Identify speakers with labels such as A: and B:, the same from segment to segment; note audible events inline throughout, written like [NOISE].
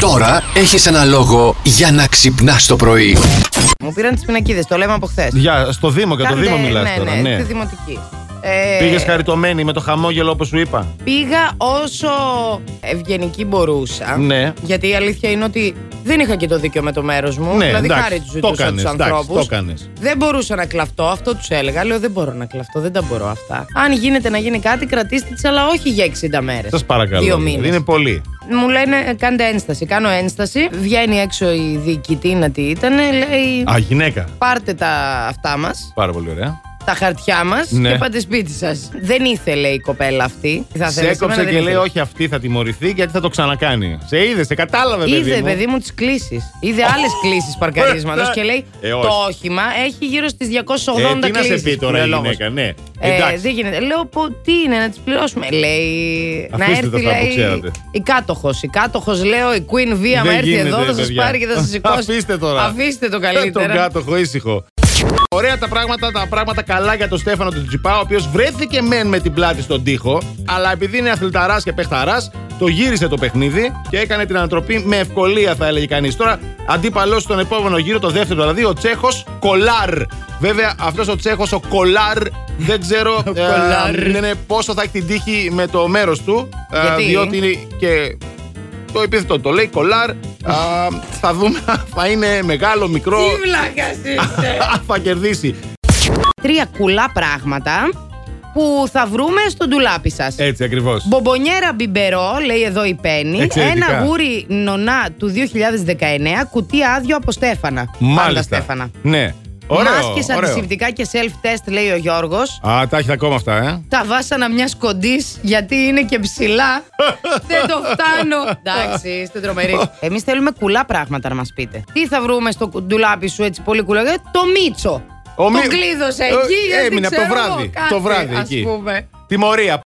A: Τώρα έχεις ένα λόγο για να ξυπνάς το πρωί.
B: Μου πήραν τις πινακίδες, το λέμε από χθες.
C: Για, στο Δήμο, για το Δήμο μιλάς
B: ναι,
C: τώρα.
B: Ναι,
C: ναι.
B: στη δημοτική. Ε,
C: Πήγες χαριτωμένη με το χαμόγελο όπως σου είπα.
B: Πήγα όσο ευγενική μπορούσα.
C: Ναι.
B: Γιατί η αλήθεια είναι ότι δεν είχα και το δίκιο με το μέρος μου.
C: ναι,
B: δηλαδή,
C: εντάξει,
B: χάρη τους
C: το
B: ζητούσα
C: έκανε.
B: του
C: Το
B: ανθρώπους.
C: έκανε.
B: Δεν μπορούσα να κλαφτώ, αυτό τους έλεγα. Λέω δεν μπορώ να κλαφτώ, δεν τα μπορώ αυτά. Αν γίνεται να γίνει κάτι, κρατήστε τις, αλλά όχι για 60 μέρες.
C: Σας παρακαλώ.
B: Δύο
C: δηλαδή,
B: μήνες.
C: Είναι πολύ.
B: Μου λένε «Ε, κάντε ένσταση. Κάνω ένσταση. Βγαίνει έξω η διοικητή να τι ήταν. Λέει
C: Α, γυναίκα.
B: πάρτε τα αυτά μας,
C: Πάρα πολύ ωραία.
B: τα χαρτιά μας
C: Ναι.
B: και πάτε σπίτι σας. Δεν ήθελε η κοπέλα αυτή. Θα
C: Σε
B: θέλεις
C: έκοψε
B: εμένα, δεν
C: και λέει:
B: ήθελε.
C: Όχι, αυτή θα τιμωρηθεί γιατί θα το ξανακάνει. Σε είδες, σε κατάλαβε, παιδί.
B: Είδε,
C: μου.
B: παιδί μου, τις κλήσεις. Είδε άλλες κλήσεις παρκαρίσματος και λέει
C: Ε, όχι.
B: το όχημα έχει γύρω στις 280
C: Ε, τι να
B: κλήσεις,
C: σε πει τώρα
B: λέει ο
C: η
B: λόγος.
C: γυναίκα, ναι.
B: Ε,
C: Εντάξει.
B: δεν γίνεται. Λέω, πω, τι είναι, να τις πληρώσουμε. Λέει, να
C: Αφήστε τα
B: έρθει,
C: αυτά που
B: λέει,
C: ξέρατε.
B: η κάτοχος. Η κάτοχος, λέω, η Queen Via,
C: Δεν
B: να έρθει
C: γίνεται,
B: εδώ,
C: ρε,
B: θα σα
C: παιδιά.
B: πάρει και θα
C: [LAUGHS]
B: σας σηκώσει.
C: Αφήστε τώρα.
B: Αφήστε το
C: Ε, Τον
B: καλύτερα.
C: κάτοχο ήσυχο. Ωραία τα πράγματα, τα πράγματα καλά για τον Στέφανο τον Τζιπά, ο οποίος βρέθηκε μεν με την πλάτη στον τοίχο, αλλά επειδή είναι αθληταράς και παιχταράς, το γύρισε το παιχνίδι και έκανε την ανατροπή με ευκολία, θα έλεγε κανείς. Τώρα, αντίπαλος στον επόμενο γύρο, το δεύτερο δηλαδή, ο Τσέχος Κολάρ. Βέβαια, αυτός ο Τσέχος, ο Κολάρ, δεν
B: [LAUGHS]
C: ξέρω ε,
B: Κολάρ.
C: ναι, ναι, πόσο θα έχει την τύχη με το μέρος του. ε,
B: Γιατί?
C: διότι είναι και το επίθετο το λέει κολάρ. Α, θα δούμε [LAUGHS] αν θα είναι μεγάλο, μικρό.
B: Τι βλάκας
C: [LAUGHS]
B: είσαι.
C: αν θα κερδίσει.
B: Τρία κουλά πράγματα που θα βρούμε στο ντουλάπι σας.
C: Έτσι ακριβώς.
B: Μπομπονιέρα μπιμπερό, λέει εδώ η Πέννη.
C: Εξαιρετικά.
B: Ένα γούρι νονά του 2019, κουτί άδειο από Στέφανα. Πάντα
C: Μάλιστα.
B: Στέφανα.
C: Ναι. Ωραίο,
B: Μάσκες,
C: ωραίο.
B: αντισηπτικά και self-test, λέει ο Γιώργος.
C: Α, τα έχετε ακόμα αυτά, ε.
B: τα βάσανα μιας κοντής, γιατί είναι και
C: [LAUGHS]
B: ψηλά. Δεν το φτάνω. Εντάξει, είστε τρομεροί. Εμείς θέλουμε κουλά πράγματα να μας πείτε. Τι θα βρούμε στο ντουλάπι σου έτσι πολύ κουλά. Ε, Το μίτσο.
C: Ο
B: τον
C: μη-
B: κλείδωσε
C: Ε,
B: εκεί. γιατί
C: Έμεινε από το
B: ξέρω εγώ
C: βράδυ.
B: κάτι,
C: το βράδυ
B: ας
C: εκεί.
B: πούμε.
C: Τιμωρία.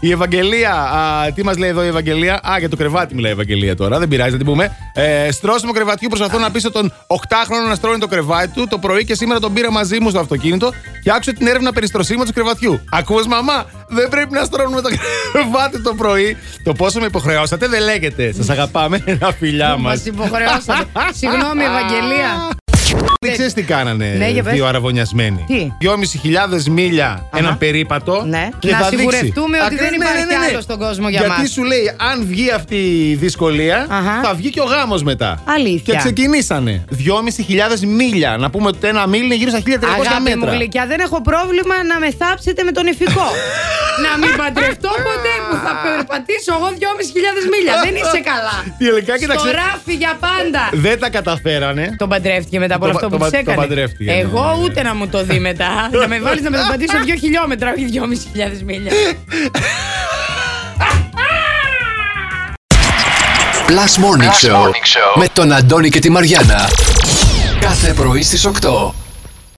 C: Η Ευαγγελία, α, τι μας λέει εδώ η Ευαγγελία. Α, για το κρεβάτι μιλάει η Ευαγγελία τώρα, δεν πειράζει, να την πούμε. Ε, στρώσιμο κρεβατιού, προσπαθώ να πείσω τον 8χρονο να στρώνει το κρεβάτι του το πρωί και σήμερα τον πήρα μαζί μου στο αυτοκίνητο και άκουσε την έρευνα περί στρωσίματο του κρεβατιού. Ακούς, μαμά, δεν πρέπει να στρώνουμε το [LAUGHS] κρεβάτι το πρωί. Το πόσο με υποχρεώσατε δεν λέγεται. Σας αγαπάμε, ένα φιλιά μα.
B: Μας υποχρεώσατε. Συγγνώμη, Ευαγγελία.
C: Δεν ξέρεις τι κάνανε
B: Ναι, για πες.
C: δύο αραβωνιασμένοι.
B: Τι?
C: 2.500 μίλια, έναν περίπατο.
B: Ναι.
C: Και
B: Να
C: θα δείξει.
B: σιγουρευτούμε ότι
C: ναι,
B: δεν υπάρχει άλλος στον κόσμο για
C: Γιατί
B: μας.
C: σου λέει, αν βγει αυτή η δυσκολία,
B: Αχα.
C: θα βγει και ο γάμος μετά.
B: Αλήθεια.
C: Και ξεκινήσανε. 2.500 μίλια. Να πούμε ότι ένα μίλι είναι γύρω στα 1.300
B: Αγάπη μου
C: μέτρα.
B: γλυκιά, δεν έχω πρόβλημα να με θάψετε με τον
C: [LAUGHS]
B: ηφικό. να μην παντρευτώ ποτέ που θα περπατήσω εγώ 2.500 μίλια. δεν είσαι καλά.
C: Τελικά, Ε,
B: Στο
C: κοίταξε.
B: ράφι για πάντα.
C: Δεν τα καταφέρανε.
B: Τον παντρεύτηκε μετά από
C: Τον
B: όλο αυτό
C: πα-
B: που
C: τον
B: τη
C: πα- τον
B: έκανε.
C: παντρεύτηκε, ναι,
B: Εγώ
C: ναι, ναι.
B: ούτε να μου το δει μετά. να με
C: [LAUGHS]
B: βάλεις να με τον πατήσω δύο χιλιόμετρα, όχι δυόμιση χιλιάδες μίλια.
A: Plus Morning, Show, με τον Αντώνη και τη Μαριάνα. Κάθε πρωί στις 8.